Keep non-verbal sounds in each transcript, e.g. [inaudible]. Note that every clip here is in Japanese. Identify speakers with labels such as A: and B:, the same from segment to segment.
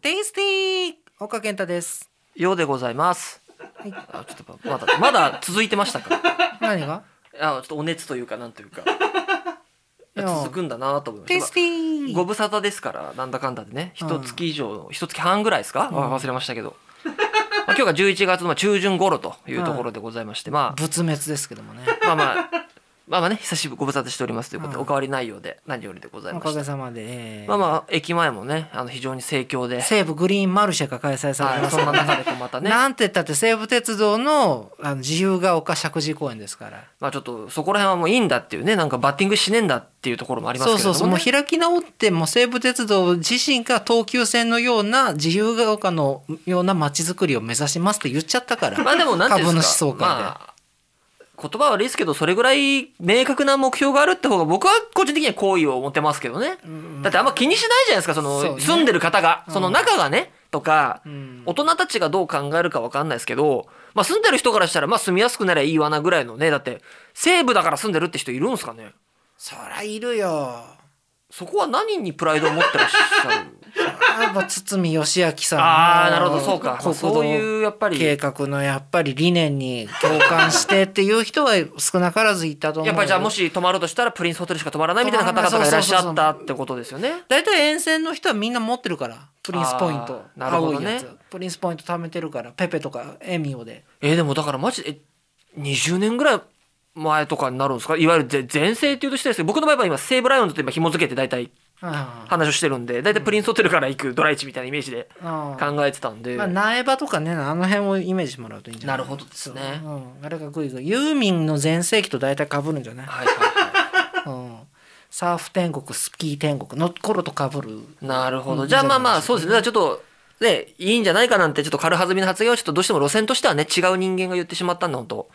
A: テイスティー岡健太です
B: ようでございます。
A: はい
B: あちょっとまだまだ続いてましたか。 [laughs]
A: 何が
B: あちょっとお熱というかなんというか
A: いや
B: 続くんだなと思い
A: テイ
B: ま
A: ス
B: し
A: ティ
B: た。
A: ー
B: ご無沙汰ですからなんだかんだでね一月以上一月半ぐらいですか、
A: ん
B: 忘れましたけど、まあ、今日が11月の中旬頃というところでございまして、ま
A: 仏滅ですけどもね
B: あまあまあまあまあね久しぶりご無沙汰しておりますということで、
A: うん
B: お変わりないようで何よりでござい
A: お
B: ま
A: か
B: し
A: げ
B: た
A: さまで、えー
B: まあまあ駅前もねあの非常に盛況で、
A: 西武グリーンマルシェが開催されて
B: は
A: ます
B: い、そ
A: か
B: んな
A: ら
B: 中でこうまたね
A: なんて言ったって西武鉄道のあの自由が丘石神井公園ですから
B: まあちょっとそこら辺はもういいんだっていうねなんかバッティングしねえんだっていうところもありますけ
A: そ
B: れ
A: う
B: ど
A: そ
B: も、
A: う
B: ね、
A: そうもう開き直ってもう西武鉄道自身が東急線のような自由が丘のような街づくりを目指しますって言っちゃったから
B: まあでもなんていうん
A: 株
B: で
A: 主
B: すか
A: 総会で、
B: まあ言葉は悪いですけどそれぐらい明確な目標があるって方が僕は個人的には好意を持てますけどね、だってあんま気にしないじゃないですかその
A: そうね
B: 住んでる方がその中がね、とか、
A: ん
B: 大人たちがどう考えるか分かんないですけど、まあ、住んでる人からしたらまあ住みやすくなりゃいいわなぐらいのねだって西部だから住んでるって人いるんですかね
A: そらいるよ
B: そこは何にプライドを持ってらっしゃる
A: やっぱ堤義明さんの
B: ああなるほどそうか、まあ
A: 国
B: そういうや
A: 土
B: っぱり
A: 計画のやっぱり理念に共感してっていう人は少なからずいたと思う
B: やっぱりじゃあもし泊まるとしたらプリンスホテルしか泊まらないみたいな方々がいらっしゃったってことですよね。
A: 大体沿線の人はみんな持ってるからプリンスポイント
B: あーなるほど
A: 青い
B: ね
A: やつプリンスポイント貯めてるからペペとかエミオで
B: えーでもだからマジでえ20年ぐらい前とかになるんですかいわゆるぜ前世っていうとしてですけど僕の場合は今西武ライオンズと今紐付けて大体
A: あー
B: 話をしてるんで大体プリンスホテルから行くドライチみたいなイメージで
A: あー
B: 考えてたんで、
A: まあ、苗場とかねあの辺をイメージしてもらうといいんじゃない
B: なるほどですね
A: そううん、あれがグイグイユーミンの全盛期と大体かぶるんじゃない、
B: はいは
A: うん、サーフ天国スキー天国の頃とかぶる
B: [laughs] い、なるほ
A: う
B: ど
A: ん
B: じゃあまあま
A: いい
B: あ
A: んじ
B: そうですねだからちょっとねいいんじゃないかなんてちょっと軽はずみの発言をちょっとどうしても路線としてはね違う人間が言ってしまったんで本当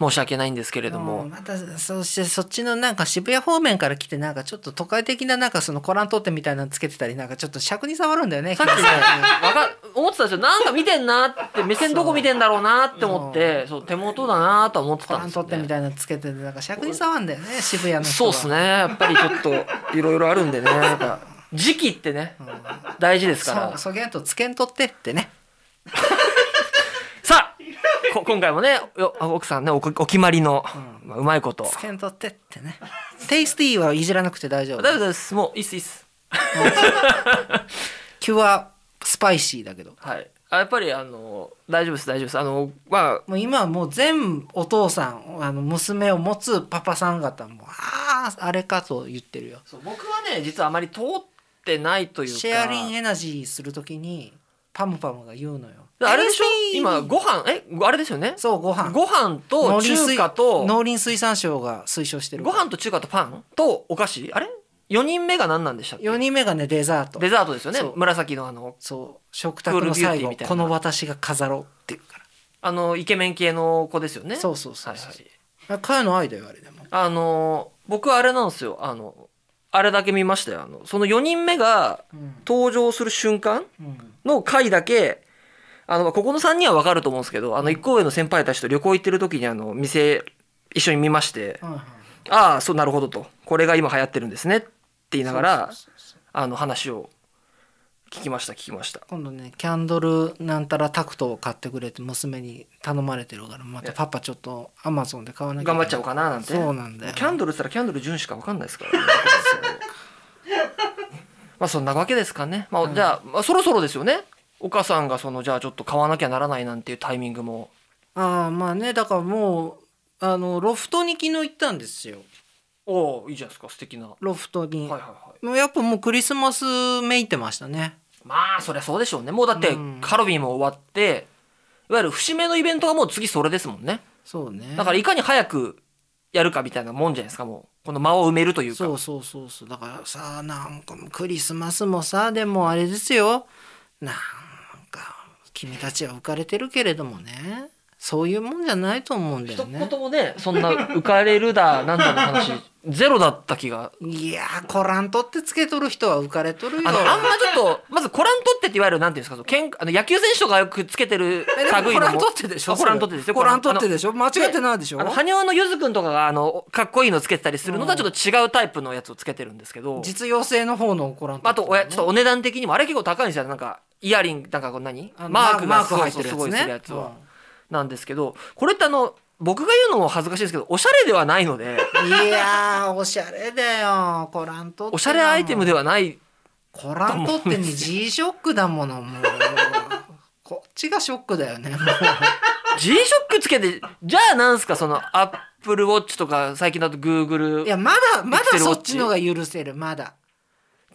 B: 申し訳ないんですけれども、
A: うんまたそしてそっちのなんか渋谷方面から来てなんかちょっと都会的ななんかそのコラン取ってみたいなのつけてたりなんかちょっと尺に触るんだよね
B: さっきね、わか、思ってたんですよ。なんか見てんなって、目線どこ見てんだろうなって思って、そう、手元だなとは思って
A: コ
B: た
A: ラ
B: ん
A: ン
B: ですよ、
A: 取ってみ
B: ね。
A: たいなのつけてなんか尺に触るんだよね渋谷の人
B: そう
A: は
B: っすね。やっぱりちょっと、いろいろあるんでね。やっぱ時期ってね、大事ですか
A: そ
B: ら
A: う。そげんとつけんとってってね
B: さあこ今回もね、よ奥さんね、おお決まりの、まあうまいこと。
A: つけんとってってねテイスティーはいじらなくて大丈夫
B: 大丈夫です。もう、いいっす、いいっす。
A: キュアスパイシーだけど
B: はい。あやっぱり、あの、大丈夫です、大丈夫です。あの、まあ、
A: もう今はもう全お父さんあの娘を持つパパさん方もあああれかと言ってるよ
B: そう僕はね、実はあまり通ってないというか。
A: シェアリングエナジーするときにパムパムが言うのよ
B: あれでしょ
A: テイスティー
B: 今、ご飯、え、あれですよね
A: そうご飯
B: ご飯と中華と
A: 農林水産省が推奨してる
B: ご飯と中華とパンとお菓子あれ4人目が何なんでしたっけ
A: 4人目がねデザート
B: デザートですよね
A: そう
B: 紫のあの
A: そう食卓の最
B: クールビュ
A: 後
B: ーティーみたいな
A: この私が飾ろうっていうから
B: あのイケメン系の子ですよね
A: そうそうそうそう
B: はいはい
A: あかやの愛だよあれでも
B: あの僕あれなんですよあのあれだけ見ましたよあのその4人目が
A: うん
B: 登場する瞬間
A: うん
B: の回だけあのまあここの3人は分かると思うんですけどあの1個上の先輩たちと旅行行ってる時にあの店一緒に見まして
A: はいはい
B: ああそうなるほどとこれが今流行ってるんですねって言いながら
A: そうそうそう
B: あの話を聞きました聞きました
A: 今度ねキャンドルなんたらタクトを買ってくれって娘に頼まれてるからまたパパちょっとアマゾンで買わなきゃいけ
B: 頑
A: な
B: 張
A: い
B: っちゃおうかななんて
A: そうなんだよ
B: キャンドルって言ったらキャンドル純しか分かんないで
A: [laughs]
B: すから、ね、まあそんなわけですかね、まあ、じゃあ,、まあそろそろですよね岡さんがそのじゃあちょっと買わなきゃならないなんていうタイミングも
A: ああまあねだからもうあのロフトに昨日行ったんですよ
B: おおいいじゃないですか素敵な、は
A: ロフト
B: い
A: に、
B: はいはい
A: もうやっぱもうクリスマスめいてましたね
B: まあそりゃそうでしょうねもうだって
A: うん
B: カロビーも終わっていわゆる節目のイベントがもう次それですもんね
A: そうね
B: だからいかに早くやるかみたいなもんじゃないですかもうこの間を埋めるというか
A: そうそうそうそうだからさなんかもうクリスマスもさでもあれですよなんか君たちは浮かれてるけれどもねそういうもんじゃないと思うんだよ
B: 一
A: ね
B: 言もねそんな浮かれるだなんだの [laughs] 話ゼロだった気が
A: いやーコランとってつけとる人は浮かれとるよ
B: あのあんまちょっとまずコラン取ってっていわゆるなんていうんですかそのけんあの野球選手とかよくつけてる
A: えでも
B: 類
A: コ
B: の
A: ラ
B: も
A: ンとってでしょ
B: あコラン取ってですよ
A: コランとって
B: し
A: でしょ間違ってないでしょ
B: あの羽生のゆずくんとかがあのかっこいいのつけてたりするのとはちょっと違うタイプのやつをつけてるんですけど
A: 実用性の方のコランと
B: あとおやちょっとお値段的にもあれ結構高いんですよなんかイヤリングなんかこう何
A: あの
B: マーク
A: マ
B: が
A: ーク入ってるや
B: そうそう
A: つ
B: すごい
A: ね
B: するやつは、なんですけどこれってあの僕が言うのも恥ずかしいですけどおしゃれではないので
A: いやーおしゃれだよコラントって
B: おしゃれアイテムではない
A: コラントってね G ショックだものもう [laughs] こっちがショックだよ
B: [laughs]
A: ねもう
B: G ショックつけてじゃあなんすかそのアップルウォッチとか最近だとグーグル
A: いやまだまだ
B: Pixel
A: そっちのが許せるまだ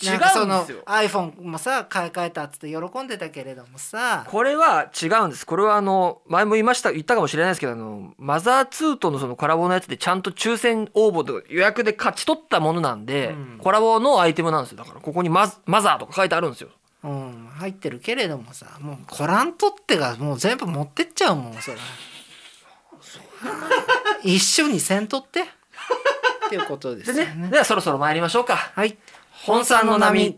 B: 違う
A: な
B: ん
A: んかそ
B: で
A: の
B: すよ
A: iPhone もさ買い替えたっつって喜んでたけれどもさ
B: これは違うんですこれはあの前も言いました言ったかもしれないですけどあのマザー2とのそのコラボのやつでちゃんと抽選応募とか予約で勝ち取ったものなんで、
A: うん
B: コラボのアイテムなんですよだからここにマズマザーとか書いてあるんですよ
A: うん、入ってるけれどもさもうコラントってがもう全部持ってっちゃうもん
B: [laughs]
A: それ [laughs] 一緒にせんとってっていうことです
B: で
A: よ
B: ね
A: ね
B: ではそろそろ参りましょうか
A: はい
B: 本山の波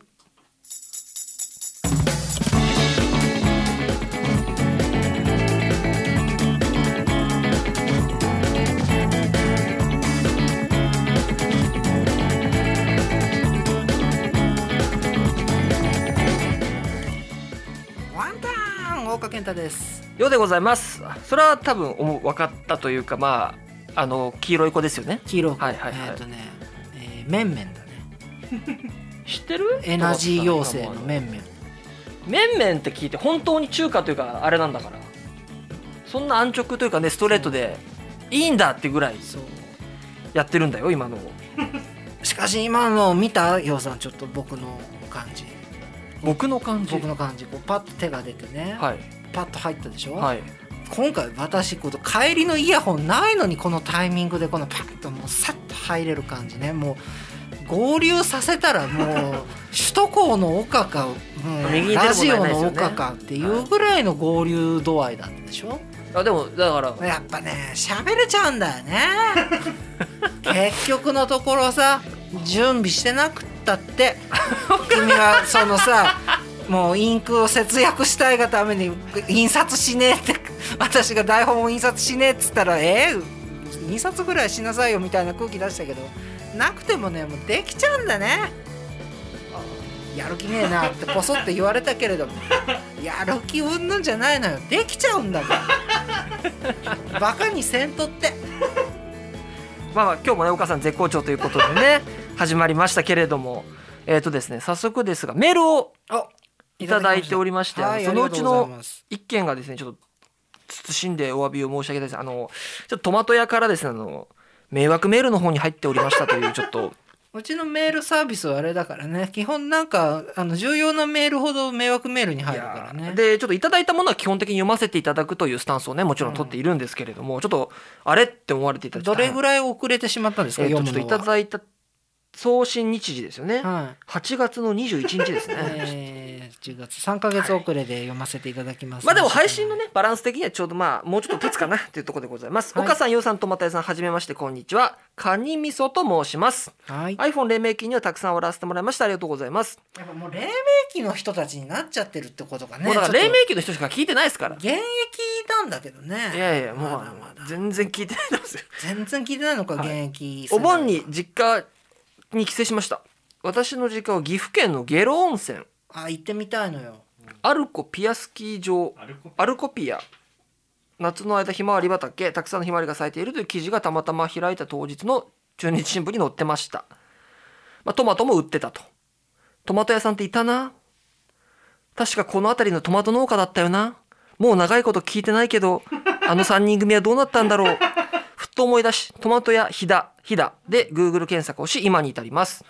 A: ワンタン大岡健太です
B: ようでございますそれは多分おも分かったというかまああの黄色い子ですよね
A: 黄色く
B: はいはいはい
A: えっ、とね、えー、メンメンだね
B: 知ってる
A: エナジー妖精のメンメン
B: めんめんって聞いて本当に中華というかあれなんだからそんな安直というかねストレートでいいんだってぐらい
A: そう
B: やってるんだよ今のを
A: しかし今の見たようさんちょっと僕の感じ
B: 僕の感
A: [laughs] 僕の感じこうパッと手が出てね、
B: はい
A: パッと入ったでしょ、
B: はい
A: 今回私この帰りのイヤホンないのにこのタイミングでこのパッともうさっと入れる感じねもう合流させたら
B: [laughs]
A: もう首都高の岡か、うん
B: 右に出る
A: ラ
B: 問題
A: ジ
B: ない
A: オ
B: ですよね
A: の岡かっていうぐらいの合流度合いだったでしょ、
B: あでもだから
A: やっぱね喋れちゃうんだよね結局のところさ準備してなくったって君はそのさもうインクを節約したいがために印刷しねえって私が台本を印刷しねえっつったらえー、印刷ぐらいしなさいよみたいな空気出したけどなくてもねもうできちゃうんだねやる気ねえなってこそって言われたけれどもやる気うんぬんじゃないのよできちゃうんだからバカにせんとって
B: まあまあ今日もね岡さん絶好調ということでね [laughs] 始まりましたけれどもえっ、とですね早速ですがメールを
A: お
B: いただいておりまして
A: はい
B: そのうち
A: ありがと
B: の
A: うございます
B: 一件がですねちょっと慎んでお詫びを申し上げたいですあのちょっとトマト屋からですねあの迷惑メールの方に入っておりましたというちょっと
A: うちのメールサービスはあれだからね基本なんかあの重要なメールほど迷惑メールに入るから
B: いや
A: ね
B: ーでちょっといただいたものは基本的に読ませていただくというスタンスをねもちろん取っているんですけれども、ちょっとあれって思われていただきた
A: どれぐ
B: らい
A: らい遅れてしまったんですか、
B: えーとちょ
A: 読
B: っ
A: む
B: と
A: の
B: いた
A: は、
B: だいた送信日時ですよね、
A: はい
B: 8月の21日ですね。
A: [laughs] えー、10月3か月遅れで読ませていただきます、
B: まあでも配信のねバランス的にはちょうどまあもうちょっと経つかなというところでございます。
A: はい
B: 岡さん、ようさん、とまたやさん、はじめましてこんにちは。カニ味噌と申します。
A: はい、
B: iPhone 黎明期にはたくさん笑わせてもらいましたありがとうございます。
A: やっぱもう黎明期の人たちになっちゃってるってことがね
B: もうだから
A: ちょっ
B: 黎
A: と
B: 明期の人しか聞いてないですから。
A: 現役なんだけどね
B: いやいやもう
A: まだまだ
B: 全然聞いてないですよ。
A: 全然聞いてないのか、
B: はい
A: 現役世
B: お
A: 代は
B: 盆に実家に帰省しました。私の実家は岐阜県の下呂温泉
A: あ行ってみたいの
B: [laughs]
A: よ
B: アルコピアスキー場
C: アルコ
B: アルコピア夏の間ひまわり畑たくさんのひまわりが咲いているという記事がたまたま開いた当日の中日新聞に載ってました、まあ、トマトも売ってたとトマト屋さんっていたな確かこの辺りのトマト農家だったよなもう長いこと聞いてないけ
C: [laughs]
B: どあの3人組はどうなったんだろうふっと思い出しトマト屋ひだひだで Google 検索をし今に至ります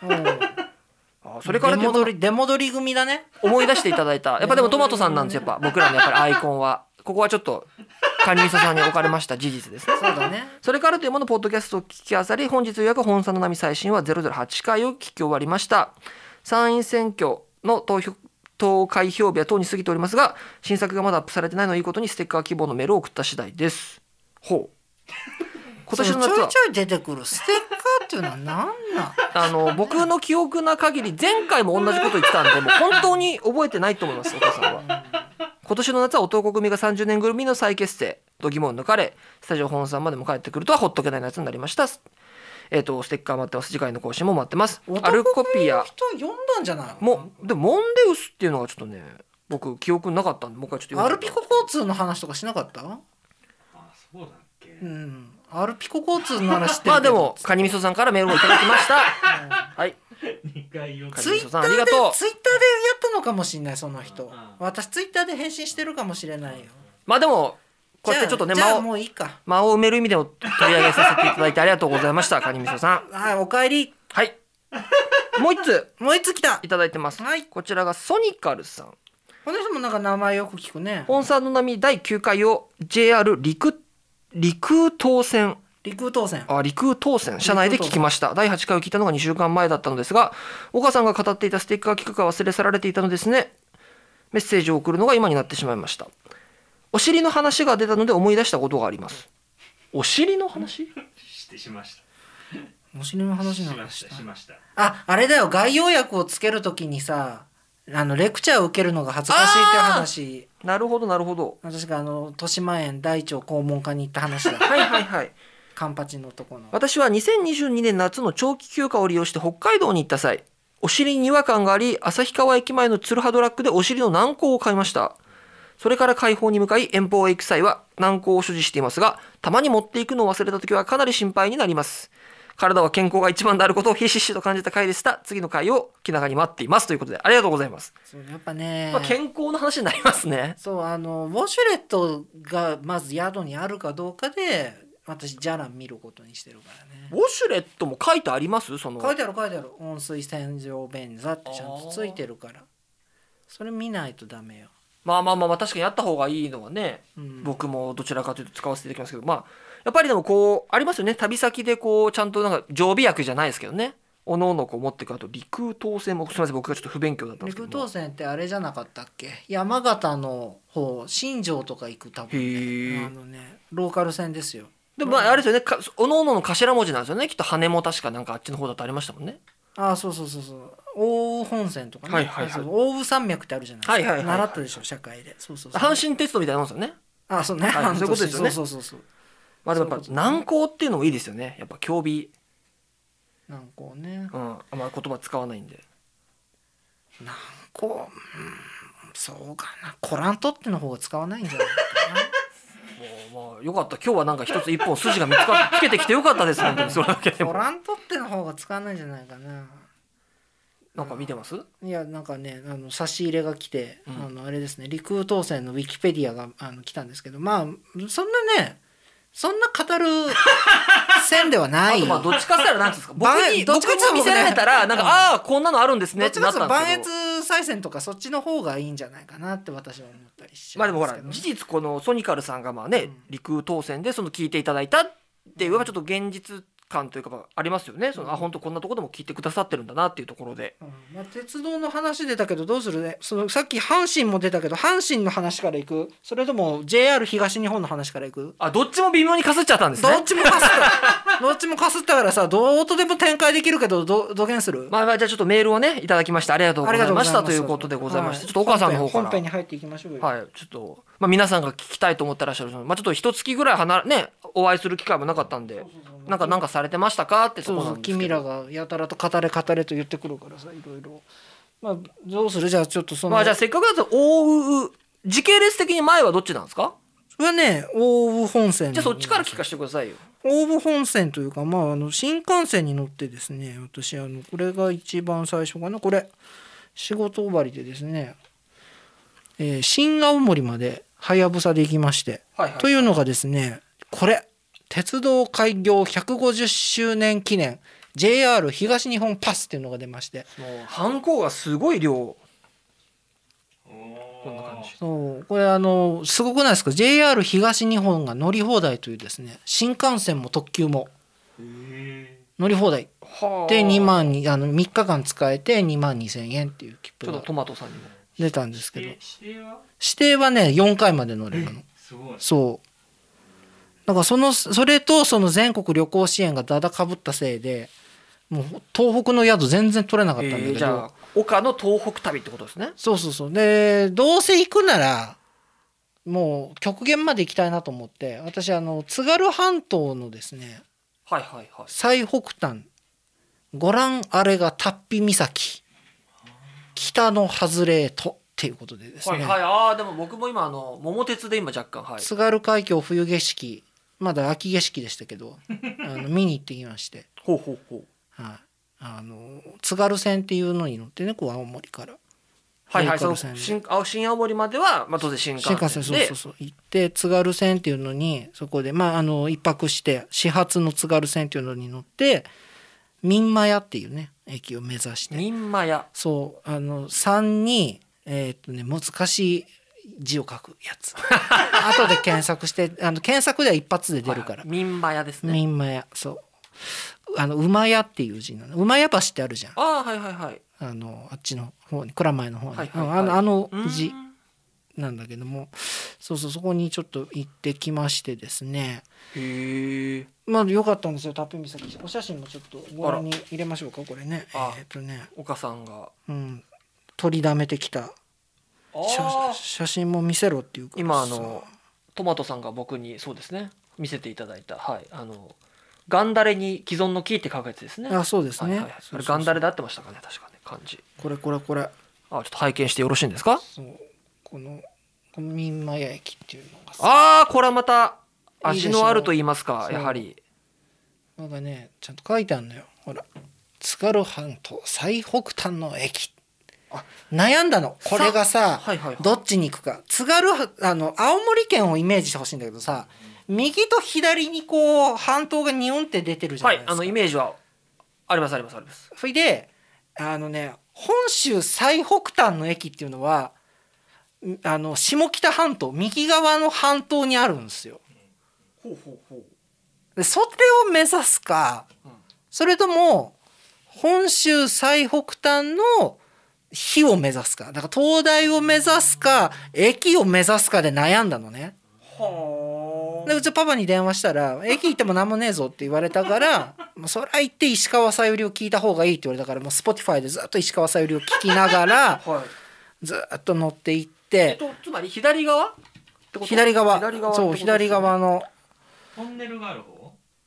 B: あそれから
A: 出戻り出戻り組だね
B: 思い出していただいたやっぱでもトマトさんなんですよやっぱ僕らのやっぱりアイコンはここはちょっとカニ味噌さんに置かれました事実ですね
A: そうだね
B: それからというものポッドキャストを聞きあさり本日予約本さんの波最新は008回を聞き終わりました参院選挙の投票投開票日はとうに過ぎておりますが新作がまだアップされてないのをいいことにステッカー希望のメールを送った次第ですほう今年の
A: そ
B: 夏
A: ちょ
B: はい
A: ちょい出てくるステッカーっていうのは何なん
B: あの僕の記憶な限り前回も同じこと言ってたんでもう本当に覚えてないと思いますお父さんは今年の夏は男組が30年組の再結成と疑問を抜かれスタジオ本さんまでも帰ってくるとはほっとけない夏になりましたえっ、とステッカー待ってます次回の更新も待ってますアルコピア
A: 人読んだんじゃないの
B: もでもモンデウスっていうのがちょっとね僕記憶なかったんでもう一回ちょっと
A: ア
B: 読ん
A: ル
B: で
A: ピコ交通の話とかしなかった
C: あそうだっけ
A: うんアルピコ交通の話って
B: まあでもカニみそさんからメールをいただきましたはい
C: 2回言おうと
A: ツイッター
B: あ
A: でツイ
B: り
A: ッターでや
B: がとう
A: ったのかもしれないその人
C: ああ
A: 私ツイッターで返信してるかもしれないよ
B: まあでもこうやってちょっとね
A: じゃあじ
B: 間
A: ゃあ
B: を
A: もういいか
B: 間を埋める意味でも取り上げさせていただいてありがとうございましたカニみそさん
A: あおかえり
B: はいもう一つ
A: もういつ来た
B: いただいてます、
A: はい
B: こちらがソニカルさん
A: この人もなんか名前よく聞くね
B: 本山の波第9回を JR 陸陸東線
A: 陸空当選
B: あ陸東線車内で聞きました第8回を聞いたのが2週間前だったのですが岡さんが語っていたステッカー企画が忘れ去られていたのですねメッセージを送るのが今になってしまいましたお尻の話が出たので思い出したことがありますお尻の話
C: してしました
A: お尻の話
C: し
A: なん
C: ま
A: か
C: し
A: したた
C: しました
A: ああれだよ概要訳をつけるときにさあのレクチャーを受けるのが恥ずかしいって話
B: なるほどなるほど
A: 私があの豊島園大腸肛門科に行った話
B: [laughs]
A: だ
B: はいはいはい
A: カンパチのとこの
B: 私は2022年夏の長期休暇を利用して北海道に行った際お尻に違和感があり旭川駅前のツルハドラッグでお尻の軟膏を買いましたそれから解放に向かい遠方へ行く際は軟膏を所持していますがたまに持っていくのを忘れた時はかなり心配になります体は健康が一番であることをひしひしと感じた回でした次の回を気長に待っていますということでありがとうございます、
A: そうやっぱね、
B: まあ、健康の話になりますね
A: そうあのウォシュレットがまず宿にあるかどうかで私じゃらん見ることにしてるからね
B: ウォシュレットも書いてありますその
A: 書いてある書いてある温水洗浄便座ってちゃんとついてるからそれ見ないとダメよ、
B: まあまあまあまあ確かにやった方がいいのはね
A: うん、
B: 僕もどちらかというと使わせていただきますけどまあやっぱりでもこうありますよね旅先でこうちゃんとなんか常備薬じゃないですけどねおのおのこう持っていくあと陸当選もすみません僕がちょっと不勉強だったんですけ
A: 陸
B: ども
A: 東線ってあれじゃなかったっけ山形の方新庄とか行く多分
B: へ
A: ね
B: ー
A: あのねローカル線ですよ
B: でもまああれですよねかおのおのの頭文字なんですよねきっと羽も確かなんかあっちの方だとありましたもんね
A: ああそうそうそうそう奥羽本線とかね、
B: はいはいはい
A: あそう奥羽山脈ってあるじゃないですか、
B: はいはいはいはい
A: 習ったでしょ社会でそうそうそう
B: 阪神鉄道みたいなもんですよね
A: あそうね、
B: はいそういうことですよね
A: そうそうそうそう
B: まあでもや
A: そういうこと
B: っぱ
A: ですね
B: 難航っていうのもいいですよねやっぱ競技
A: なんかね
B: うんあんま言葉使わないんで
A: こう、うん、そうかなコラントっての方が使わないんじゃないか
B: もうまあよかった今日はなんか一つ一本筋が見つかっつけてきてよかったです本当にそれだけ [laughs] で
A: なコ
B: も
A: ラントっての方が使わないんじゃないかな
B: なんか見てます
A: いやなんかねあの差し入れが来て、
B: うん
A: あのあれですね陸空当選のウィキペディアがあの来たんですけどまあそんなねそんな語る線ではな
B: [laughs] あ
A: い
B: とまあどっちかって言ったらなんていうんですか僕
A: [laughs] ばん
B: に
A: どっち
B: 僕
A: かっていうと
B: に見せられたらなんか
A: うん
B: ああーこんなのあるんですね
A: どっ
B: って
A: ちか
B: なっ
A: という
B: た
A: と磐
B: んですけど
A: 越再選とかそっちの方がいいんじゃないかなって私は思ったりしち
B: ま
A: ゃ
B: あで
A: うん
B: も
A: で
B: ほ
A: す
B: ら
A: けどね
B: 事実このソニカルさんがまあね、
A: うん
B: 陸当選でその聞いていただいたっていうのがちょっと現実感というかまあありますよねその、あ本当こんなとこでも聞いてくださってるんだなっていうところで
A: うんまあ、鉄道の話出たけどどうするねそのさっき阪神も出たけど阪神の話からいくそれとも JR 東日本の話からいく
B: あどっちも微妙にかすっちゃったんです
A: どっ
B: ね
A: ちもかすったどっちもかすったからさどうとでも展開できるけどどどげんする、
B: まあまあじゃあちょっとメールをねいただきましてありがとうご
A: あ
B: ざ
A: り
B: い
A: がとうご
B: ま
A: ざ
B: し
A: いま
B: た
A: す
B: ということでございまして、
A: は
B: ちょっとお母さんの方から
A: 本編に入っていきましょうよ、
B: はい、ちょっと、まあ、皆さんが聞きたいと思ったらっしゃるまあ、ちょっと一月ぐらい離れねお会いする機会もなかったんでなんかなんかされてましたかってと
A: そ
B: こ
A: う
B: ろ
A: そ
B: な
A: うん
B: です
A: 君
B: けど
A: らがやたらと語れ語れと言ってくるからさいろいろまあどうするじゃあちょっとその、
B: まあじゃあせっかくだと大う時系列的に前はどっちなんですか
A: はね奥羽本線
B: じゃあそっちから聞かせてくださいよ
A: 応募本線というか、まあ、あの新幹線に乗ってですね私あのこれが一番最初かなこれ仕事終わりでですね、えー新青森まではやぶさで行きまして、
B: はいはい
A: というのがですねこれ鉄道開業150周年記念 JR 東日本パスっていうのが出まして
B: もうハンコがすごい量
C: こ
B: こんな感じ
A: そうこれあのすごくないですか JR 東日本が乗り放題というですね新幹線も特急も
C: へ
A: 乗り放題
B: は
A: で2万にあの3日間使えて2万2000円っていう切
B: ち
A: 符
B: ょっと
A: が
B: トマトさんにも
A: 出たんですけど
C: 指定は
A: 指定はね4回まで乗れるの
C: すごい
A: そうだからそのそれとその全国旅行支援がだだかぶったせいでもう東北の宿全然取れなかったんだけど、
B: えーじゃあ岡の東北旅ってことですね
A: そうそうそうでどうせ行くならもう極限まで行きたいなと思って私あの津軽半島のですね
B: はいはいはい
A: 最北端ご覧あれが達比岬北の外れとってっていうことでです
B: はい
A: ね、
B: はいああでも僕も今あの桃鉄で今若干はい
A: 津軽海峡冬景色まだ秋景色でしたけどあの見に行ってきまして、
B: ほうほうほう
A: はい、あの津軽線っていうのに乗ってねこう青森から
B: はいはいそ
A: ロ
B: の
A: ーカル線で
B: 新あ新青森まではまあ当然新幹
A: 新
B: 線で
A: 幹線そうそうそう行って津軽線っていうのにそこでまああの一泊して始発の津軽線っていうのに乗って民間屋っていうね駅を目指して
B: 民間屋
A: そうあの3にえーっとね難しい字を書くやつ後で検索してあの検索では一発で出るから
B: 民間屋ですね
A: 民間屋そうあの馬屋っていう字なの馬屋橋ってあるじゃん
B: ああはいはいはい
A: あのあっちの方に蔵前の方に、
B: はいはいは
A: うん
B: い
A: あのあ
B: う
A: の
B: ん
A: 字なんだけどもそうそうそこにちょっと行ってきましてですね
B: へえ
A: まあ良かったんですよタッピ岬お写真もちょっとご覧に入れましょうかこれねえ
B: あ
A: ーっとね
B: 岡さんが
A: うん取りだめてきた
B: あ
A: 写
B: あ
A: 写真も見せろっていうから
B: 今あ
A: さ
B: のトマトさんが僕にそうですね見せていただいたはいあのガンダレに既存の木って書くやつですね
A: あそうですね、
B: はいはいはいあ
A: そうそう
B: れ
A: そう
B: ガンダレで合ってましたかね確かね漢字
A: これこれこれ
B: あちょっと拝見してよろしいんですか
A: そうこのこの民間屋駅っていうのがさ
B: ああこれはまた味
A: いいでしょ
B: の
A: う
B: あると言いますか
A: そう
B: やはり
A: なんかねちゃんと書いてあるのよほら津軽半島最北端の駅
B: あ
A: 悩んだのこれがさ
B: はいはいはい
A: どっちに行くか津軽はあの青森県をイメージしてほしいんだけどさ右と左にこう半島がニョンって出てるじゃな
B: は
A: い
B: い
A: ですか、
B: あのイメージはありますありますあります
A: それであのね本州最北端の駅っていうのはんあの下北半島右側の半島にあるんですよ。
B: ほうほうほう
A: でそれを目指すか、
B: うん
A: それとも本州最北端の火を目指すかだから東大を目指すか駅を目指すかで悩んだのね。
B: は
A: でうちのパパに電話したら「駅行っても何もねえぞ」って言われたから [laughs] 「もうそりゃ行って石川さゆりを聞いた方がいい」って言われたからもう Spotify でずっと石川さゆりを聞きながら
B: あはい
A: ずっと乗って行っ
B: えってとつまり左側ってこと
A: 左側
B: 左側ってこと
A: そう
B: ですね
A: 左側の
C: トンネルがある方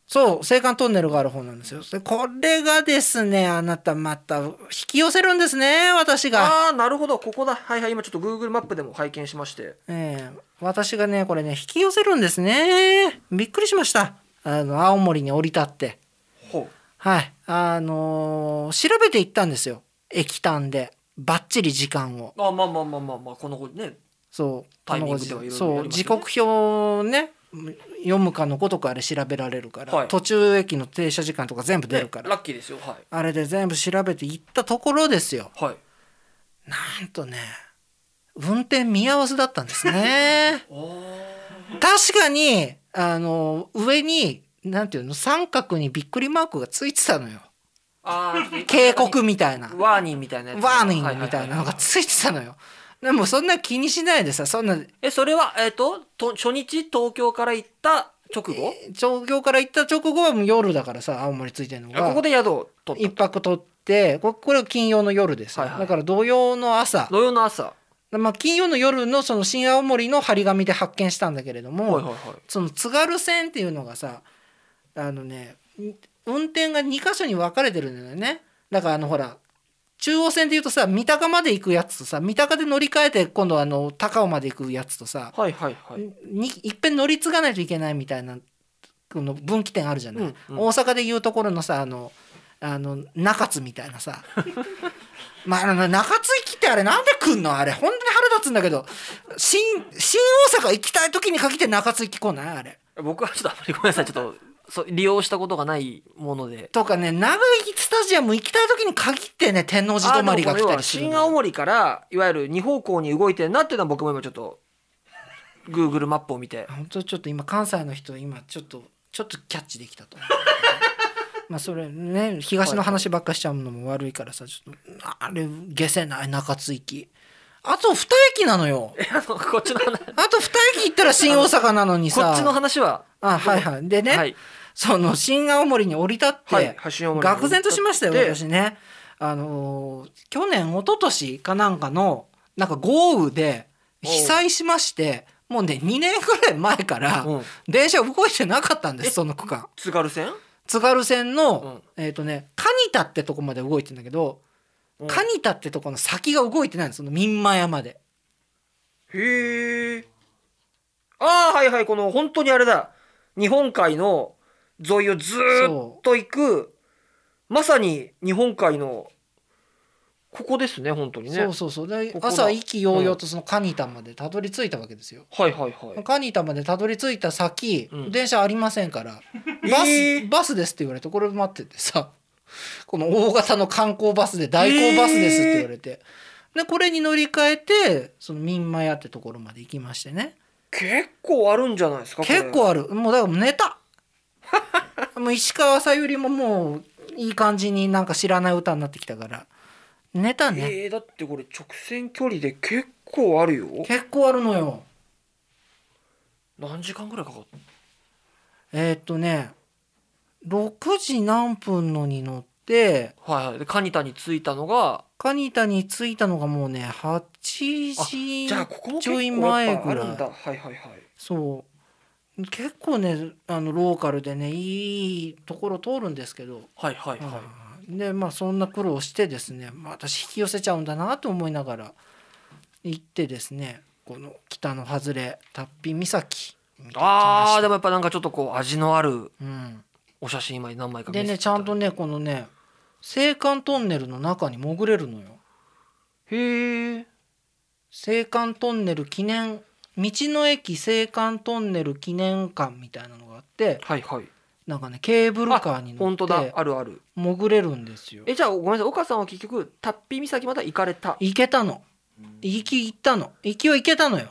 A: そう青函トンネルがある方なんですよでこれがですねあなたまた引き寄せるんですね私が、
B: ああーなるほどここだはいはい今ちょっと Google マップでも拝見しまして
A: ええ私がねこれね引き寄せるんですねびっくりしましたあの青森に降り立って
B: ほ
A: はいあのー調べていったんですよ液炭でばっちり時間を
B: うあまあまあまあまあまあこの子ね
A: そう
B: タイミングではいろいろ
A: そう
B: やります
A: 時
B: よ
A: 刻
B: ね
A: 表をね読むかのごとくあれ調べられるから、
B: はい
A: 途中駅の停車時間とか全部出るから、
B: ねラッキーですよは
A: あれで全部調べていったところですよ
B: いはい
A: なんとね運転見合わせだったんです
B: [laughs]
A: ね
B: あー
A: 確かにあの上になんていうの三角にびっくりマークがついてたのよ [laughs]
B: あー
A: 警告みたいな
B: ワーニンみたいなやつ
A: ワーニングみたいなのがついてたのよでもそんな気にしないでさそんな
B: えそれはえっ、とと初日東京から行った直後
A: 東京から行った直後はもう夜だからさ青森ついてるの
B: あここ
A: が
B: で宿を取っ
A: 一泊取ってここれは金曜の夜ですよ、
B: はいはい
A: だから土曜の朝
B: た、土曜の朝は
A: まあ、金曜の夜のその新青森の張り紙で発見したんだけれど
B: い
A: も、
B: はいはい
A: その津軽線っていうのがさあのねん運転が2箇所に分かれてるんだよねだからあのほら中央線でいうとさ三鷹まで行くやつとさ三鷹で乗り換えて今度あの高尾まで行くやつとさ、
B: はいはいはい
A: にいっぺん乗り継がないといけないみたいなこの分岐点あるじゃない、
B: うんうん
A: 大阪でいうところのさあのあの中津みたいなさ [laughs] まああの中津行きってあれなんで来んのあれ本当に腹立つんだけど新新大阪行きたい時に限って中津行き来ないあれ
B: 僕はちょっとあんまりごめんなさいちょっとそう利用したことがないもので
A: とかね長生きスタジアム行きたい時に限ってね天王寺泊まりが来たりする
B: あでもこの要は新
A: の
B: 青森からいわゆる二方向に動いてるなっていうのは僕も今ちょっと Google マップを見て
A: 本当ちょっと今関西の人今ちょっとちょっとキャッチできたと思
B: [laughs]
A: うまあそれね東の話ばっかしちゃうのも悪いからさちょっとあれ下せない中津駅あと2駅なのよ
B: [laughs] えあのこっちの話こ
A: あと2駅行ったら新大阪なのにさ
B: っちの話は
A: あはいはいでね、
B: はい
A: その新青森に降り立って、
B: はいはい新青森に降り立
A: 愕
B: っ
A: 然
B: て
A: としましたよ私ねあのー去年一昨年かなんかのなんか豪雨で被災しましてもうね2年ぐらい前から
B: うん
A: 電車動いてなかったんです
B: え
A: その区間
B: 津軽線
A: 津軽線の、えっ、とね蟹田ってとこまで動いてんだけど
B: うん
A: 蟹田ってとこの先が動いてないんですその民間山で
B: へえ。ああ、はいはい、この本当にあれだ。日本海の沿いをずーっと行く、まさに日本海の、ここですね、本当にね。
A: そうそうそうで
B: ここだ
A: 朝意気揚々とそのカニタまでたどり着いたわけですよ、
B: はいはいはい。
A: カニタまでたどり着いた先、
B: うん
A: 電車ありませんから
B: え
A: バス、
B: ー
A: バスですって言われてこれ待っててさこの大型の観光バスで代行バスですって言われて、でこれに乗り換えてその民間屋ってところまで行きましてね
B: 結構あるんじゃないですか、これ
A: 結構あるもうだから寝
B: [laughs]
A: たもう石川さゆりももういい感じになんか知らない歌になってきたから寝たね、
B: えー、だってこれ直線距離で結構あるよ。
A: 結構あるのよ
B: 何時間ぐらいかかった
A: えーっとね6時何分のに乗って
B: はいはい。で、カニタに着いたのが、
A: カニタに着いたのがもうね8時
B: じゃあここも
A: ち
B: 結
A: ょ
B: 構
A: い
B: やっぱ
A: 前ぐ
B: あ
A: ら
B: るんだ。
A: い
B: はいはいはい。
A: そう結構ねあのローカルでねいいところ通るんですけど、
B: はいはいはい。
A: うんでまあそんな苦労してですね、まあ、私引き寄せちゃうんだなと思いながら行ってですねこの北の外れタッピ岬に行ってきま
B: あ
A: し
B: あ、
A: た
B: でもやっぱなんかちょっとこう味のある
A: うん
B: お写真今何枚か見せ
A: で
B: て
A: ね
B: い
A: ち
B: ただ
A: ゃ
B: い
A: ん
B: て
A: とねこのね青函トンネルの中に潜れるのよ
B: へえ。
A: 青函トンネル記念道の駅青函トンネル記念館みたいなのがあって
B: はいはい。
A: なんかねケーブルカーに乗
B: 本当
A: っ
B: だ
A: て。
B: あるある。
A: 潜れるんですよ
B: え、じゃあごめんなさい。岡さんは結局、タッピー岬まで行かれた。
A: 行けたの行き行ったの行きは行けたのよ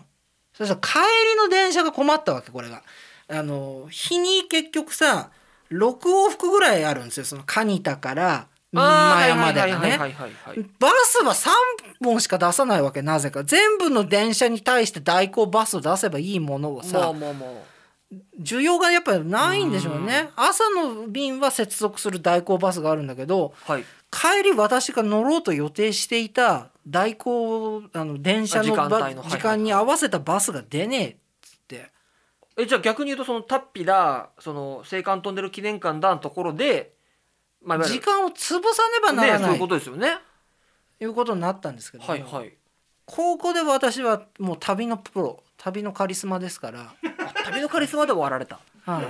A: そしたら帰りの電車が困ったわけこれがあの日に結局さ6往復ぐらいあるんですよその蟹田から三馬
B: あー
A: 山までが
B: は
A: ね
B: いはいはいはいはいはい。
A: バスは3本しか出さないわけなぜか全部の電車に対して代行バスを出せばいいものを
B: まあ
A: さ
B: まあまあ。
A: 需要がやっぱりないんでしょうね朝の便は接続する代行バスがあるんだけど
B: はい。
A: 帰り私が乗ろうと予定していた代行あの電車の
B: あ時間
A: ば
B: 帯のはいはいはい
A: 時間に合わせたバスが出ねえっつって
B: えじゃあ逆に言うとそのタッピだその青函トンネル記念館だのところで、まあ、いわゆ
A: 時
B: る
A: 間を潰さねばなら
B: ねそう
A: ない
B: いうことですよね。
A: ということになったんですけども
B: はいはい。
A: ここで私はもう旅のプロ旅のカリスマですから、
B: あ旅のカリスマで終わられた。
A: はい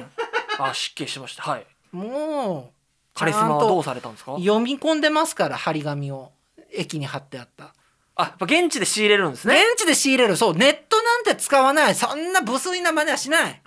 B: あ失敬しました。はい。
A: もう
B: カリスマは
A: ちゃんと
B: どうされたんですか。
A: 読み込んでますから張り紙を駅に貼ってあった
B: あやっぱ現地で仕入れるんですね。
A: 現地で仕入れるそうネットなんて使わないそんな無粋な真似はしない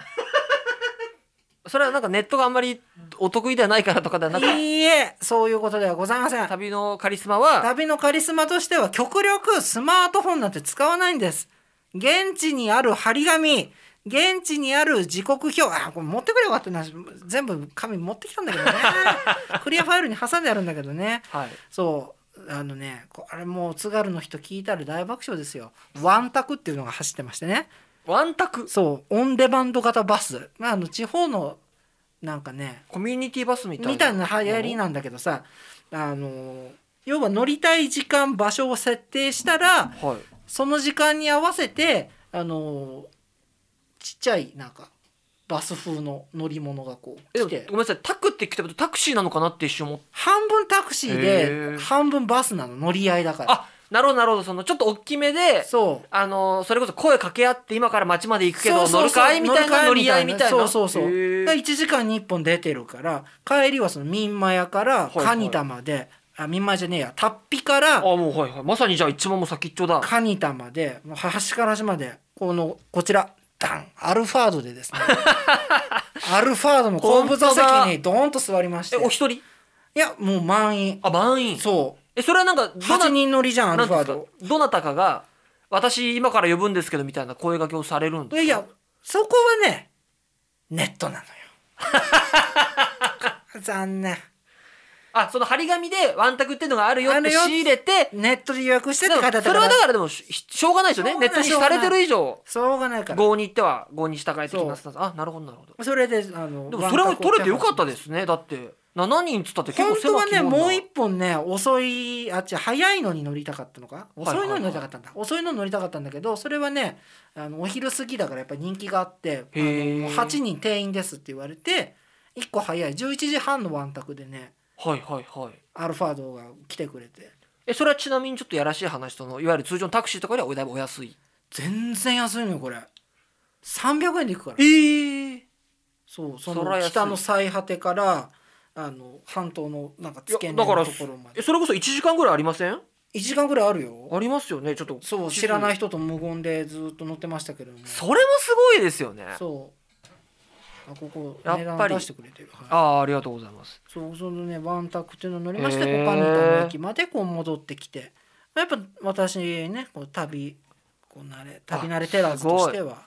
B: それはなんかネットがあんまりお得意ではないからとかではなく
A: いいえそういうことではございません
B: 旅のカリスマは
A: 旅のカリスマとしては極力スマートフォンなんて使わないんです現地にある張り紙現地にある時刻表あこれ持ってくればよかったな全部紙持ってきたんだけどねクリアファイルに挟んであるんだけどね
B: はい。
A: そうあのねこれもう津軽の人聞いたら大爆笑ですよワンタクっていうのが走ってましてね
B: ワンタク
A: そうオンデマンド型バス、まあ、あの地方のなんかね
B: コミュニティバスみたいな。
A: みたいな流行りなんだけどさあの要は乗りたい時間場所を設定したら
B: はい。
A: その時間に合わせてあのちっちゃいなんかバス風の乗り物がこう来
B: えでも
A: て
B: ごめんなさいタクって聞いたことタクシーなのかなって一瞬思っ
A: 半分タクシー
B: へ
A: で
B: ー
A: 半分バスなの乗り合いだから
B: あなるほどなるほどそのちょっと大きめで
A: そう
B: あのそれこそ声掛け合って今から街まで行くけ
A: そ
B: ど
A: うそうそう
B: 乗るかいみたいな乗
A: 乗る
B: り
A: か
B: 合いみたいな
A: そうそうそう
B: へー
A: 1時間に1本出てるから帰りはその民間屋から
B: いはい
A: カニタまで、あ民間屋じゃねえやタッピから
B: あもうはいはいまさにじゃあ一番もう先っちょだ
A: カニタまでもう端から端までこのこちらダンアルファードでですね
B: [laughs]
A: アルファードの後部座席にドーンと座りまして
B: えお
A: い
B: 一人
A: やもう満員
B: あ満員
A: そ
B: えそれはなんか
A: う
B: どな
A: 8人乗りじゃんア
B: な
A: ル
B: ん
A: フ
B: てい
A: ァ
B: う
A: ー
B: んで
A: ド
B: すかどなたかが私今から呼ぶんですけどみたいな声掛けをされるん
A: い
B: です
A: や
B: か
A: いやそこはねネットなのよ
B: [laughs]
A: 残念
B: あその張り紙でワンタクっていうのがあるよ
A: あ
B: っ
A: る
B: て
A: よ
B: 仕入れて
A: ネットで予約してっ
B: で
A: て書い
B: も
A: てあ
B: そ
A: ったか
B: れは
A: ら
B: だからでもししょうがないですよ
A: しょ
B: ね
A: う
B: ネ
A: が
B: ッ
A: ない
B: トにされてる以上
A: しょうがないから
B: 郷に行っては郷に従えてきますあなるほどなるほど
A: それであの
B: でもそれも取れてよかった
A: す
B: ですねだって7人っつったって結構
A: 本当
B: 狭
A: は
B: き
A: ね
B: 門だ
A: もう一本ね遅いあっち早いのに乗りたかったのか
B: はいはい
A: 遅いのに乗りたかったんだ、遅いのに乗りたかったんだけどそれはねあのお昼過ぎだからやっぱ人気があってあの
B: へー
A: 8人定員ですって言われて1個早い11時半のワンタクでね
B: はいはいはい
A: アルファードが来てくれて
B: えそれはちなみにちょっとやらしい話とのいわゆる通常のタクシーとかよりはおだいぶお安い
A: 全然安いのよこれ300円でいくから
B: ええ
A: そうそ
B: そら
A: の
B: 安い
A: 北の最果てからあの半島のなんか付け根の
B: いやだから
A: ところまで
B: えそれこそ1時間ぐらいありません
A: 1時間ぐらいあるよ
B: ありますよねちょっと
A: そう知らない人と無言でずっと乗ってましたけれども
B: それもすごいですよね
A: そうあここ
B: やっ
A: 値段
B: ぱり
A: 出してくれてる、はい
B: ああありがとうございます
A: そうそのねワンタクっていうの乗りまして
B: へー
A: こうパンタの駅までこう戻ってきてやっぱ私ねこう旅こう慣れ旅慣れてらずとしては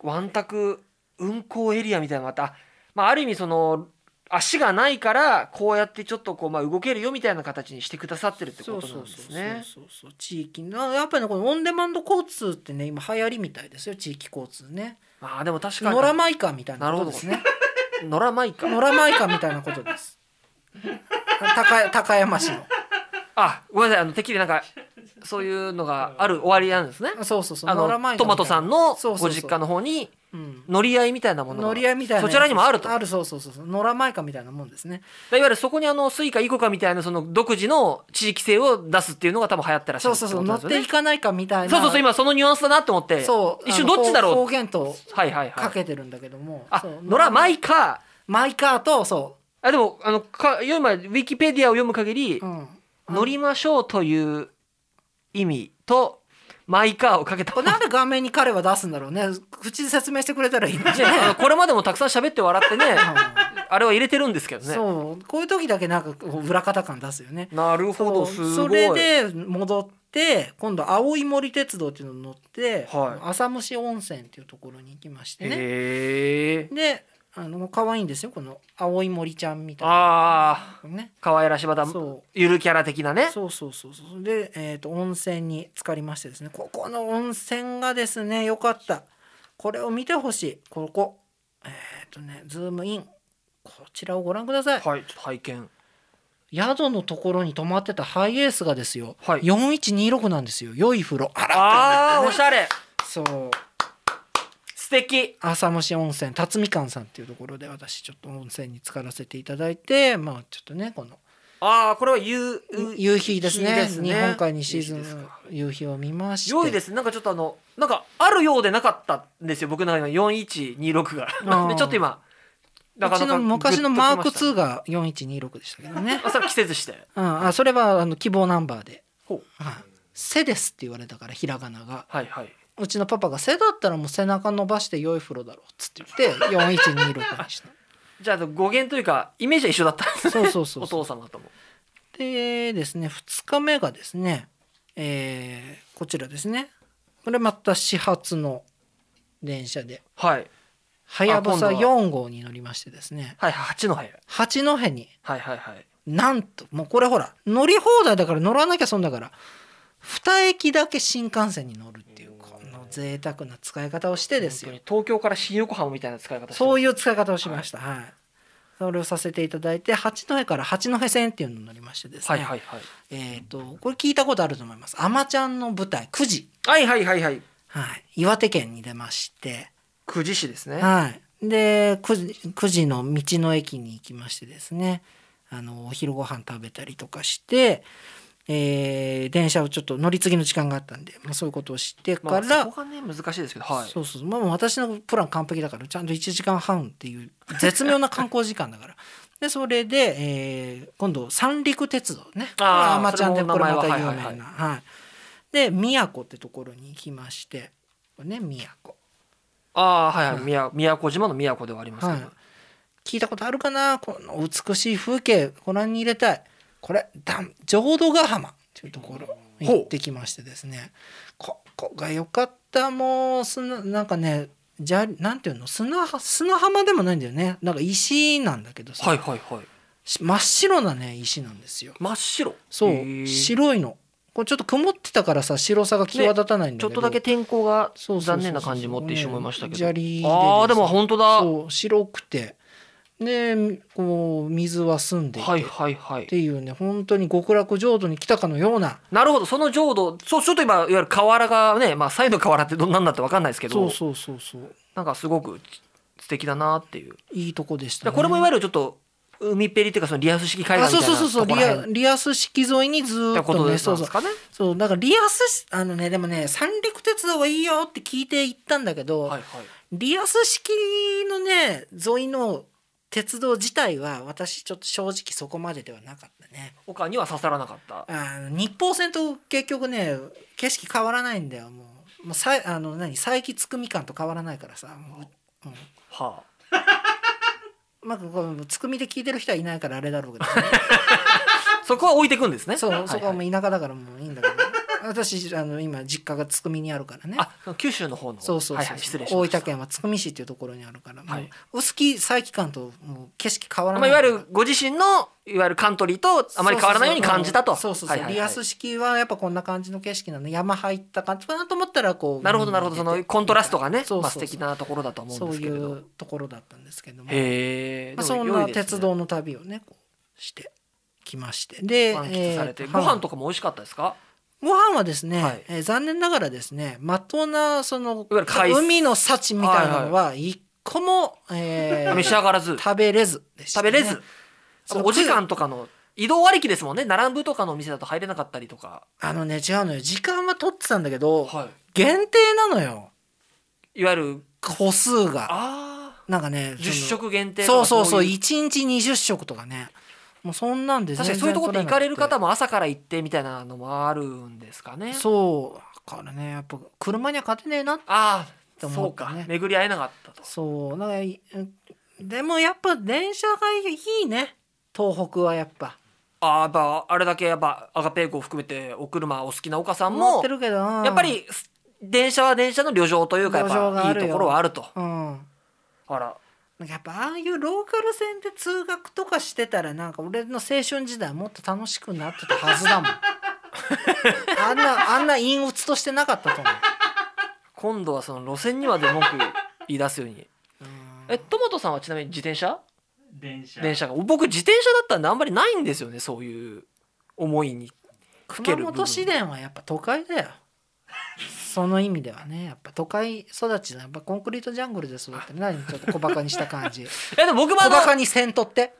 B: ワンタク運行エリアみたいなのがあったあまあ、ある意味その足がないからこうやってちょっとこうまあ動けるよみたいな形にしてくださってるって
A: そ
B: こ
A: う
B: とな
A: そ
B: ん
A: う
B: で
A: そう
B: す
A: そう
B: ね。
A: そうそう地域のやっぱりねこのオンデマンド交通ってね今流行りみたいですよ地域交通ね
B: まあでも確かに
A: ノラマイカみたいなことですね
B: 野良マイカ
A: ノラマイカみたいなことです高高山市の
B: あごめんなさいあのてっきりなんかそういうの
A: [laughs]
B: がある終わりなんですね。
A: そうそうそう
B: あ
A: ノラマ
B: の
A: イカ
B: トマトさん
A: そ
B: の
A: うそ
B: ご
A: うそう
B: 実家の方に
A: うん
B: 乗り合いみたいなものが
A: 乗り合いみたいなや
B: そ
A: つ
B: ちらにもあると
A: あるそうそうそうそうノラマイカみたいなもんですね
B: いわゆるそこにあのスイカイコカみたいなその独自の地域性を出すっていうのが多分流行ってらっしゃ
A: そう
B: るって
A: そう
B: こ
A: そ
B: と
A: う乗
B: なん
A: っ
B: です
A: て
B: よね
A: い。かないかみたいな
B: そうそうそう今そのニュアンスだなと思って
A: そう
B: 一瞬どっちだ
A: あの
B: ろ
A: 方
B: う
A: 言と
B: はいはいは
A: か
B: い
A: けてるんだけども
B: あ
A: そう
B: 野良マイカ
A: マイカーとそ
B: あでもあのか今ウィキペディアを読む限り
A: う、うん、
B: 乗りましょうという意味とマイカーをかけた
A: これなんで画面に彼は出すんだろうね口で説明してくれたらいいの
B: [laughs]
A: にね、
B: あのこれまでもたくさん喋って笑ってね
A: う
B: あれは入れてるんですけど
A: ん
B: ね
A: そうこういう時だけなんかこう裏方感出すよね
B: なるほどす
A: そ
B: ごい
A: れで戻って今度青い森鉄道っていうのに乗って、
B: はい
A: 浅虫温泉っていうところに行きましてね、
B: へえ
A: であの可愛いんですよこの青い森ちゃんみたいな
B: ああ
A: ね
B: 可愛らしいまた
A: そう
B: ゆるキャラ的なね
A: そうそうそうそうで、えー、と温泉に浸かりましてですねここの温泉がですね良かったこれを見てほしいここえっ、とねズームインこちらをご覧ください、
B: はいちょっと拝見
A: 宿のところに泊まってたハイエースがですよ、
B: はい
A: 4126なんですよ良い風呂あら
B: ああおしゃれ
A: そう
B: 素敵
A: 浅虫温泉辰巳館さんっていうところで私ちょっと温泉に浸からせていただいてまあちょっとねこの
B: ああこれはゆう
A: 夕日ですね
B: 夕日ですね
A: 日本海に沈
B: 夕日です
A: む
B: か
A: 夕日を見まして
B: 良いですねなんかちょっとあのなんかあるようでなかったんですよ僕の中には4126
A: あ
B: が
A: ー
B: [laughs] でちょっと今な
A: う
B: か
A: ち
B: な
A: の
B: か
A: 昔のマーク
B: 2。
A: 2が4126でしたけどね
B: [laughs] それは季節して
A: うん、あそれはあの希望ナンバーで
B: ほう
A: 「はい背です」って言われたからひらがなが
B: はいはいう
A: ちのパパが「背だったらもう背中伸ばして良い風呂だろ」っつって言って4126にし
B: じゃあ語源というかイメージは一緒だったんです
A: た
B: ね
A: そうそうそう
B: [laughs] お父様とも
A: でですね2日目がですね、えーこちらですねこれまた始発の電車で
B: はい
A: はやぶさ
B: 今度
A: 4号に乗りましてですね
B: はい八の部屋
A: 八戸に
B: はいはいはい
A: なんともうこれほら乗り放題だから乗らなきゃ損だから2駅だけ新幹線に乗るっていうこの贅沢な使い方をしてですよ
B: 本当に東京から新横浜みたいな使い方
A: そう
B: いう
A: いう使い方をしましたはい、それをさせていただいて八戸から八戸線っていうのに乗りましてです
B: は
A: ね、
B: いはいはい
A: えっ、とこれ聞いたことあると思います「あまちゃんの舞台9時
B: はいはいはいはい」
A: はい、岩手県に出まして
B: 久慈市ですね
A: はい、で9時 ,9 時の道の駅に行きましてですねあのお昼ご飯食べたりとかして、えー電車をちょっと乗り継ぎの時間があったんで、まあ、そういうことをして
B: ま
A: か
B: あ
A: ら、
B: そこがね難しいですけどはい
A: そうそうまあもう私のプラン完璧だからちゃんと1時間半っていう絶妙な観光時間だから [laughs] でそれで、えー今度三陸鉄道ねこれ
B: あー
A: アマちゃんで
B: それも
A: これまた
B: 名
A: 有
B: 前
A: 名
B: は
A: な、
B: はい
A: は
B: はいいは
A: で宮古ってところに行きましてこれね宮古
B: ああーはいは
A: う
B: い
A: ん
B: 宮宮古島の宮古ではありますけ
A: はい
B: ど
A: 聞いたことあるかなこの美しい風景ご覧に入れたいこれダン浄土ヶ浜というところ
B: ほう
A: 行ってきましてですねここが良かったもう砂なんかねじゃなんていうの砂砂浜でもないんだよねなんか石なんだけどさ、
B: はいはいはい
A: し真っ白なね石なんですよ
B: 真っ白
A: そ
B: へ
A: う
B: ー
A: 白いのこれちょっと曇ってたからさ白さが際立たないんだけ
B: ち
A: ど、
B: ょっとだけ天候が
A: そうそうそうそう
B: 残念な感じ持って一瞬思いましたけど
A: 砂利で
B: ああでも
A: 本
B: 本当だは
A: そう白くてでこう水は澄んでいて、
B: いはいは
A: っ
B: い
A: ていうね本当に極楽浄土に来たかのような
B: なるほどその浄土そうちょっと今いわゆる瓦がねまあサイド瓦ってどんなんだって分かんないですけど
A: そうそうそうそう
B: なんかすごく素敵だなっていう
A: いいとこでした、
B: で
A: ね、
B: これもいわ
A: ゆ
B: ゆるちょっと海ペリっていうかそのリアス式海
A: あ
B: 岸
A: そ
B: み
A: う
B: た
A: そう
B: いな
A: そうそう
B: とこ
A: リ
B: ら辺
A: アリアス式沿いにずー
B: って
A: っ
B: こと
A: と
B: で
A: ね
B: す
A: そ
B: な
A: うんそ
B: で
A: う
B: すかね。
A: そうだからリアスあのねでもね三陸鉄道はいいよって聞いて行ったんだけど、
B: はいはい。
A: リアス式のね沿いの鉄道自体は私ちょっと正直そこまでではなかったね
B: 他には刺さらなかった。
A: あの日報線と結局ね景色変わらないんだよもうもうさいあの何佐伯つくみ館と変わらないからさもう、うん
B: は
A: まあ、こうつくみで聞いてる人はいないからあれだろうけど
B: [laughs] あ。そこは置いていくんですね。
A: そう、
B: はいはい
A: そこはもう田舎だからもういいんだけど私あの今実家がつくみにあるからね
B: あ、九州の方の。
A: そうそうそう、
B: はいはい、失礼しま
A: 大
B: した。
A: 分県はつくみ市っていうところにあるから、
B: はい
A: もう薄木佐伯間ともう景色変わら
B: ま
A: な
B: あ、
A: い
B: いわゆるご自身のいわゆるカントリーとあまり変わらないように感じたと。
A: そうそうそう、
B: はいはいはい
A: リアス式はやっぱこんな感じの景色なの山入った感じかなと思ったらこう
B: なるほどなるほどそのコントラストがね
A: そう
B: ま
A: そ
B: あ
A: うそう
B: 素敵なところだと思うん
A: そ
B: で
A: う
B: す
A: い
B: けれど
A: うところだったんですけども、
B: へえ、
A: まあ、
B: で
A: そ
B: も
A: ん
B: 良
A: ない
B: ですね
A: 鉄道の旅をねこうしてきましてで
B: 満喫されて、
A: えー
B: ご飯とかも美味しかったですか
A: ご飯はですね、
B: はい
A: えー残念ながらですねまっとうなその
B: ゆる海
A: 海の幸みたいなのは一個も、えー
B: [laughs] 召し上がらず
A: 食べれずでした
B: 食
A: ね、
B: べれず
A: そう
B: お時間とかの移動ありきですもんね並ぶとかのお店だと入れなかったりとか、
A: あのね違うのよ時間は取ってたんだけど、
B: は
A: 限定なのよ
B: い、いわゆる
A: 個数が
B: あ
A: なんかね
B: あ
A: その
B: 10食限定と
A: そう
B: か
A: そうそう
B: い
A: 一日20食とかねもうそんなんで
B: 確かにそういうところって行かれる
A: も
B: 方も朝から行ってみたいなのもあるんですかね
A: そうだからねやっぱ車には勝てねえな
B: ああ
A: と
B: そ
A: 思
B: う
A: った
B: か
A: ね
B: 巡り合えなかったと
A: そうなんかいでもやっぱ電車がいいね東北はやっぱ
B: ああやっぱあれだけやっぱアガペー号含めてお車お好きな岡さん
A: 思っ
B: も
A: てるけどな
B: やっぱり電車は電車の旅情というかやっ
A: 旅情が
B: ぱ
A: あ
B: いい
A: るよ
B: ところはあると
A: うん
B: あら
A: なんかやっぱああいうローカル線で通学とかしてたらなんか俺の青春時代もっと楽しくなってたはずだもん [laughs] あんなあんな陰鬱としてなかったと思う
B: 今度はその路線にまで文句言い出すよ
A: [laughs]
B: うにえトマトさんはちなみに自転車
C: 電車
B: 電車が僕自転車だったんであんまりないんですよねそういう思いにふけ
A: 熊
B: る部
A: 本
B: 分
A: 市電はやっぱ都会だよその意味ではねやっぱ都会育ちのやっぱコンクリートジャングルで育ってる何ちょっと小バカにした感 [laughs] じ
B: えでも僕もあ
A: 小
B: の
A: バカにせんとって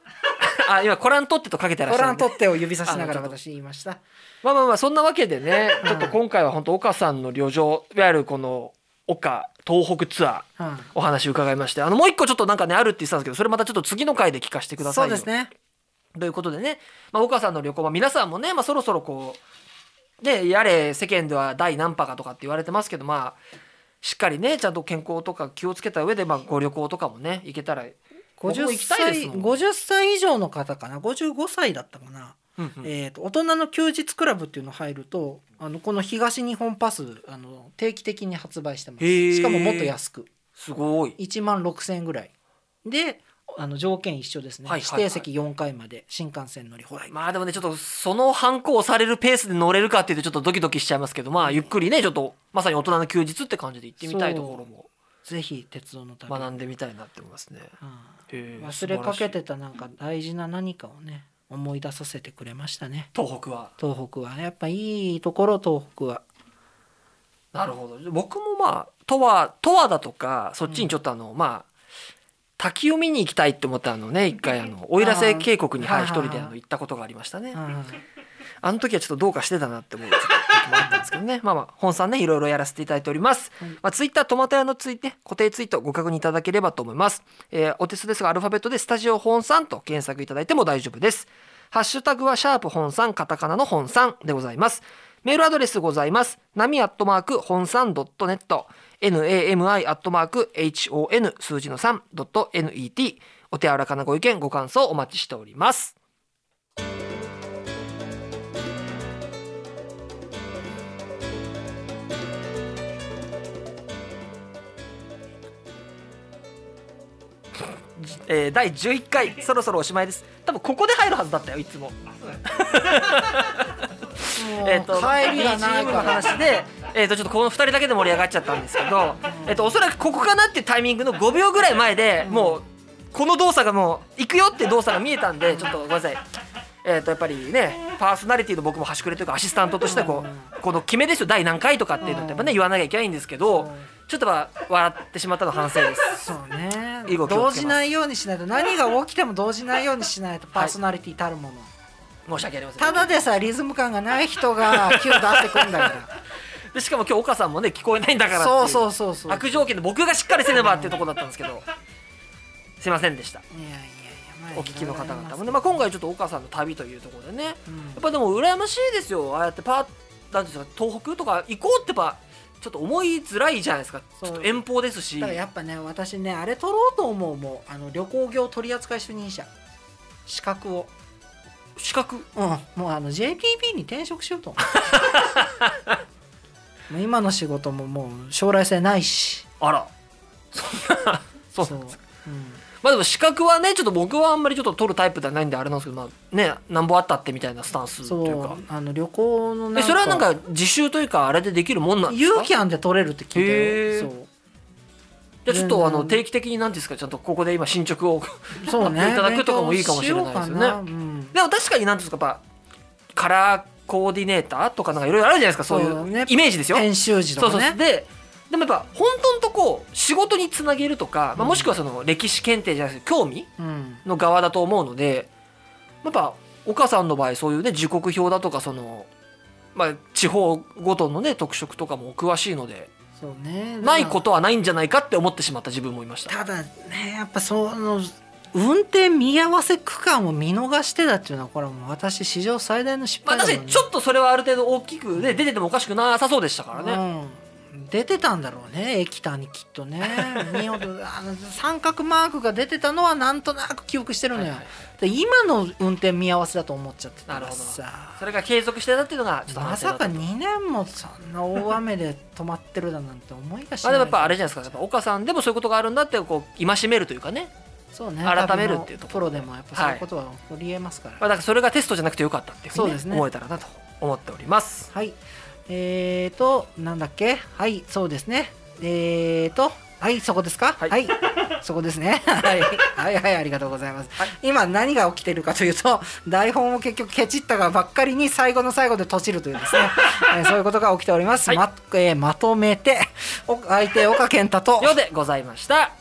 B: あ今コラン取ってとかけてらっ
A: ご
B: しゃ
A: 覧
B: るんで
A: とってを指さしながら
B: あのちょっと
A: 私言いました
B: まあまあまあそんなわけでね
A: うん
B: ちょっと今回は本当岡さんの旅情いわゆるこの岡東北ツアー
A: うん
B: お話伺いましてあのもう一個ちょっとなんかねあるって言ってたんですけどそれまたちょっと次の回で聞かせてくださ
A: そ
B: いうよ
A: ですね
B: ということでね、まあ、岡さんの旅行は皆さんもね、まあ、そろそろこうねやれ世間では第何波かとかって言われてますけどまあしっかりねちゃんと健康とか気をつけた上で、まあ、ご旅行とかもね行けたら、僕も
A: 50
B: 行きたいです
A: 歳
B: もん
A: 50歳以上の方かな55歳だったかな
B: うんうん
A: えー、と大人の休日クラブっていうの入るとあのこの東日本パスあの定期的に発売してま
B: へー
A: すしかももっと安く
B: すごい
A: 1万6,000円ぐらいであの条件一緒ですね、
B: はいはいはい
A: 指定席4回まで新幹線乗り放題、
B: まあでもねちょっとその反抗をされるペースで乗れるかっていうとちょっとドキドキしちゃいますけどまあゆっくりねちょっとまさに大人の休日って感じで行ってみたいところも
A: ぜひ鉄道の旅、
B: 学んでみたいなって思いますね。
A: う
B: へ
A: ん
B: ー
A: 忘れかけ
B: 素晴らして
A: たなんか大事な何かをね思い出させてくれましたね
B: い東北は
A: 東北はやっぱいいところ東北は
B: なるほど僕もまあとはとはだとかそっちにちょっとあの、まあ滝を見に行きたいって思ったあのね一回あの奥入瀬渓谷に
A: あー
B: はい一人
A: はい
B: で
A: はい
B: あの行ったことがありましたね
A: うん
B: あの時はちょっとどうかしてたなって思う時もあったんですけどね [laughs] まあまあ本さんねいろいろやらせていただいております、
A: はい
B: まあ、ツイッタートマト屋のツイね固定ツイートご確認いただければと思います、えーお手数ですがアルファベットでスタジオ本さんと検索いただいても大丈夫ですハッシュタグはシャープ本さんカタカナの本さんでございますメールアドレスございます。なみアットマーク本三ドットネット、nami アットマーク hon 数字の三ドット net。お手柔らかなご意見ご感想お待ちしております。えー第11回そろそろおしまいです多分ここで入るはずだったよいつも
C: あそうだ
B: えっと
A: 帰りがない
B: BGM の
A: から
B: 話で、えっとちょっとこの2人だけで盛り上がっちゃったんですけど、えっとおそらくここかなっていうタイミングの5秒ぐらい前でもうこの動作がもう行くよって動作が見えたんでちょっとごめんなさい。えっとやっぱりねパーソナリティの僕も端くれというかアシスタントとしてはこうこの決めですよ第何回とかっていうのってやっぱね言わなきゃいけないんですけどちょっとは笑ってしまったの反省です。
A: そうねね
B: 以後気をつけ
A: 動じ
B: ます
A: ないようにしないと何が起きても動じないようにしないとパーソナリティたるもの、
B: 申し訳ありません
A: ただでさえリズム感がない人が急出してくんだか
B: でしかも今日岡さんもね聞こえないんだかららって
A: [laughs]
B: い
A: そうそうそうそういや
B: 悪条件で僕がしっかりせねばっていうところだったんですけどすいませんでした
A: いやいやまあ
B: お聞きの方々も
A: いろい
B: ね、
A: ろ
B: ま
A: あ
B: あ、今回ちょっと岡さんの旅というところでねや
A: ります
B: っぱでも羨ましいですよああやってパーなんていうんですか東北とか行こうってばちょっと思いづらいじゃないですかち
A: そう
B: ょっと遠方です
A: うん
B: し
A: だからやっぱね私ねあれ取ろうと思うもうあの旅行業取扱主任者資格を
B: 資格
A: うんもうあの JPP に転職しようと思
B: [laughs]
A: うもう今の仕事ももう将来性ないし
B: あらそんなそうなんですか
A: そううん
B: まあでも資格はねちょっと僕はあんまりちょっと取るタイプではないんであれなんですけどまあねなんぼあったってみたいなスタンスと
A: そ
B: いうか
A: うあの旅行の
B: えそれはなんか自習というかあれでできるもんなんですか
A: 勇気あんで取れるって聞いたよ
B: じゃあちょっとあの
A: 全然
B: 定期的に何ですかちゃんとここで今進捗を [laughs]
A: そうそうね
B: いただくとかもいいかもしれないですよね
A: 勉強しようかうん
B: でも確かに何ですかやっぱカラーコーディネーターとかなんかいろいろあるじゃないですかそうい
A: そう
B: う
A: ね
B: イメージですよ。
A: 編集時
B: そ
A: と
B: うそ
A: か
B: う
A: ね
B: ででもやっぱ本当のとこ仕事につなげるとか、ま
A: う
B: あ、
A: ん
B: もしくはその歴史検定じゃないですけど興味
A: うん
B: の側だと思うのでやっぱ岡さんの場合そういうね時刻表だとかその、まあ、地方ごとのね特色とかもお詳しいので
A: そうね
B: ないことはないんじゃないかって思ってしまった自分もいました。
A: ただねやっぱその運転見合わせ区間を見逃してたっていうのはこれはもう私史上最大の失
B: まあ、
A: 敗だも
B: 確
A: ん
B: か
A: ね
B: にちょっとそれはある程度大きくね出ててもおかしくなさそうでしたからね。
A: うん出てたんだろうね駅単にきっと
B: [laughs]
A: ね見事あの三角マークが出てたのはなんとなく記憶してるのよ、
B: はいはい
A: で今の運転見合わせだと思っちゃってたから
B: な
A: さ
B: それが継続してたっていうのがちょっと
A: ま
B: 反省だ
A: さ
B: っ
A: か
B: た
A: 2年もそんな大雨で止まってるだなんて思いがし
B: ま
A: な
B: あ
A: い
B: でもやっぱあれじゃないですかやっぱ岡さんでもそういうことがあるんだってこう戒めるというかね、
A: そうね
B: 改めるっていうところ
A: プロでもやっぱそういうことは起こりえますから
B: まあ、だからそれがテストじゃなくてよかったっていうふう
A: そう
B: に、
A: です
B: ね
A: ね
B: 思えたらなと思っております
A: はい。えーと、なんだっけはい、そうですね。えーと、はい、そこですか
B: は
A: はいい。そこですね。
B: [laughs]
A: はい。はいはい、ありがとうございます。
B: はい
A: 今何が起きてるかというと、台本を結局ケチったがばっかりに最後の最後でとちるという
B: [laughs]
A: ですね、えーそういうことが起きております。
B: はい
A: まえーまとめて、お相手、岡健太と、
B: ようでございました